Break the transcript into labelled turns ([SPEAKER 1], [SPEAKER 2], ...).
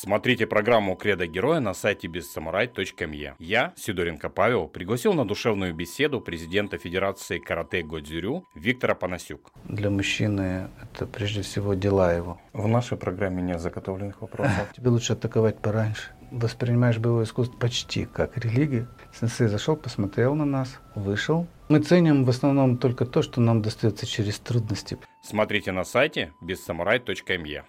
[SPEAKER 1] Смотрите программу «Кредо героя» на сайте бессамурай.мье. Я, Сидоренко Павел, пригласил на душевную беседу президента Федерации карате Годзюрю Виктора Панасюк.
[SPEAKER 2] Для мужчины это прежде всего дела его.
[SPEAKER 1] В нашей программе нет заготовленных вопросов.
[SPEAKER 2] Тебе лучше атаковать пораньше. Воспринимаешь боевое искусство почти как религию. Сенсей зашел, посмотрел на нас, вышел. Мы ценим в основном только то, что нам достается через трудности.
[SPEAKER 1] Смотрите на сайте бессамурай.мье.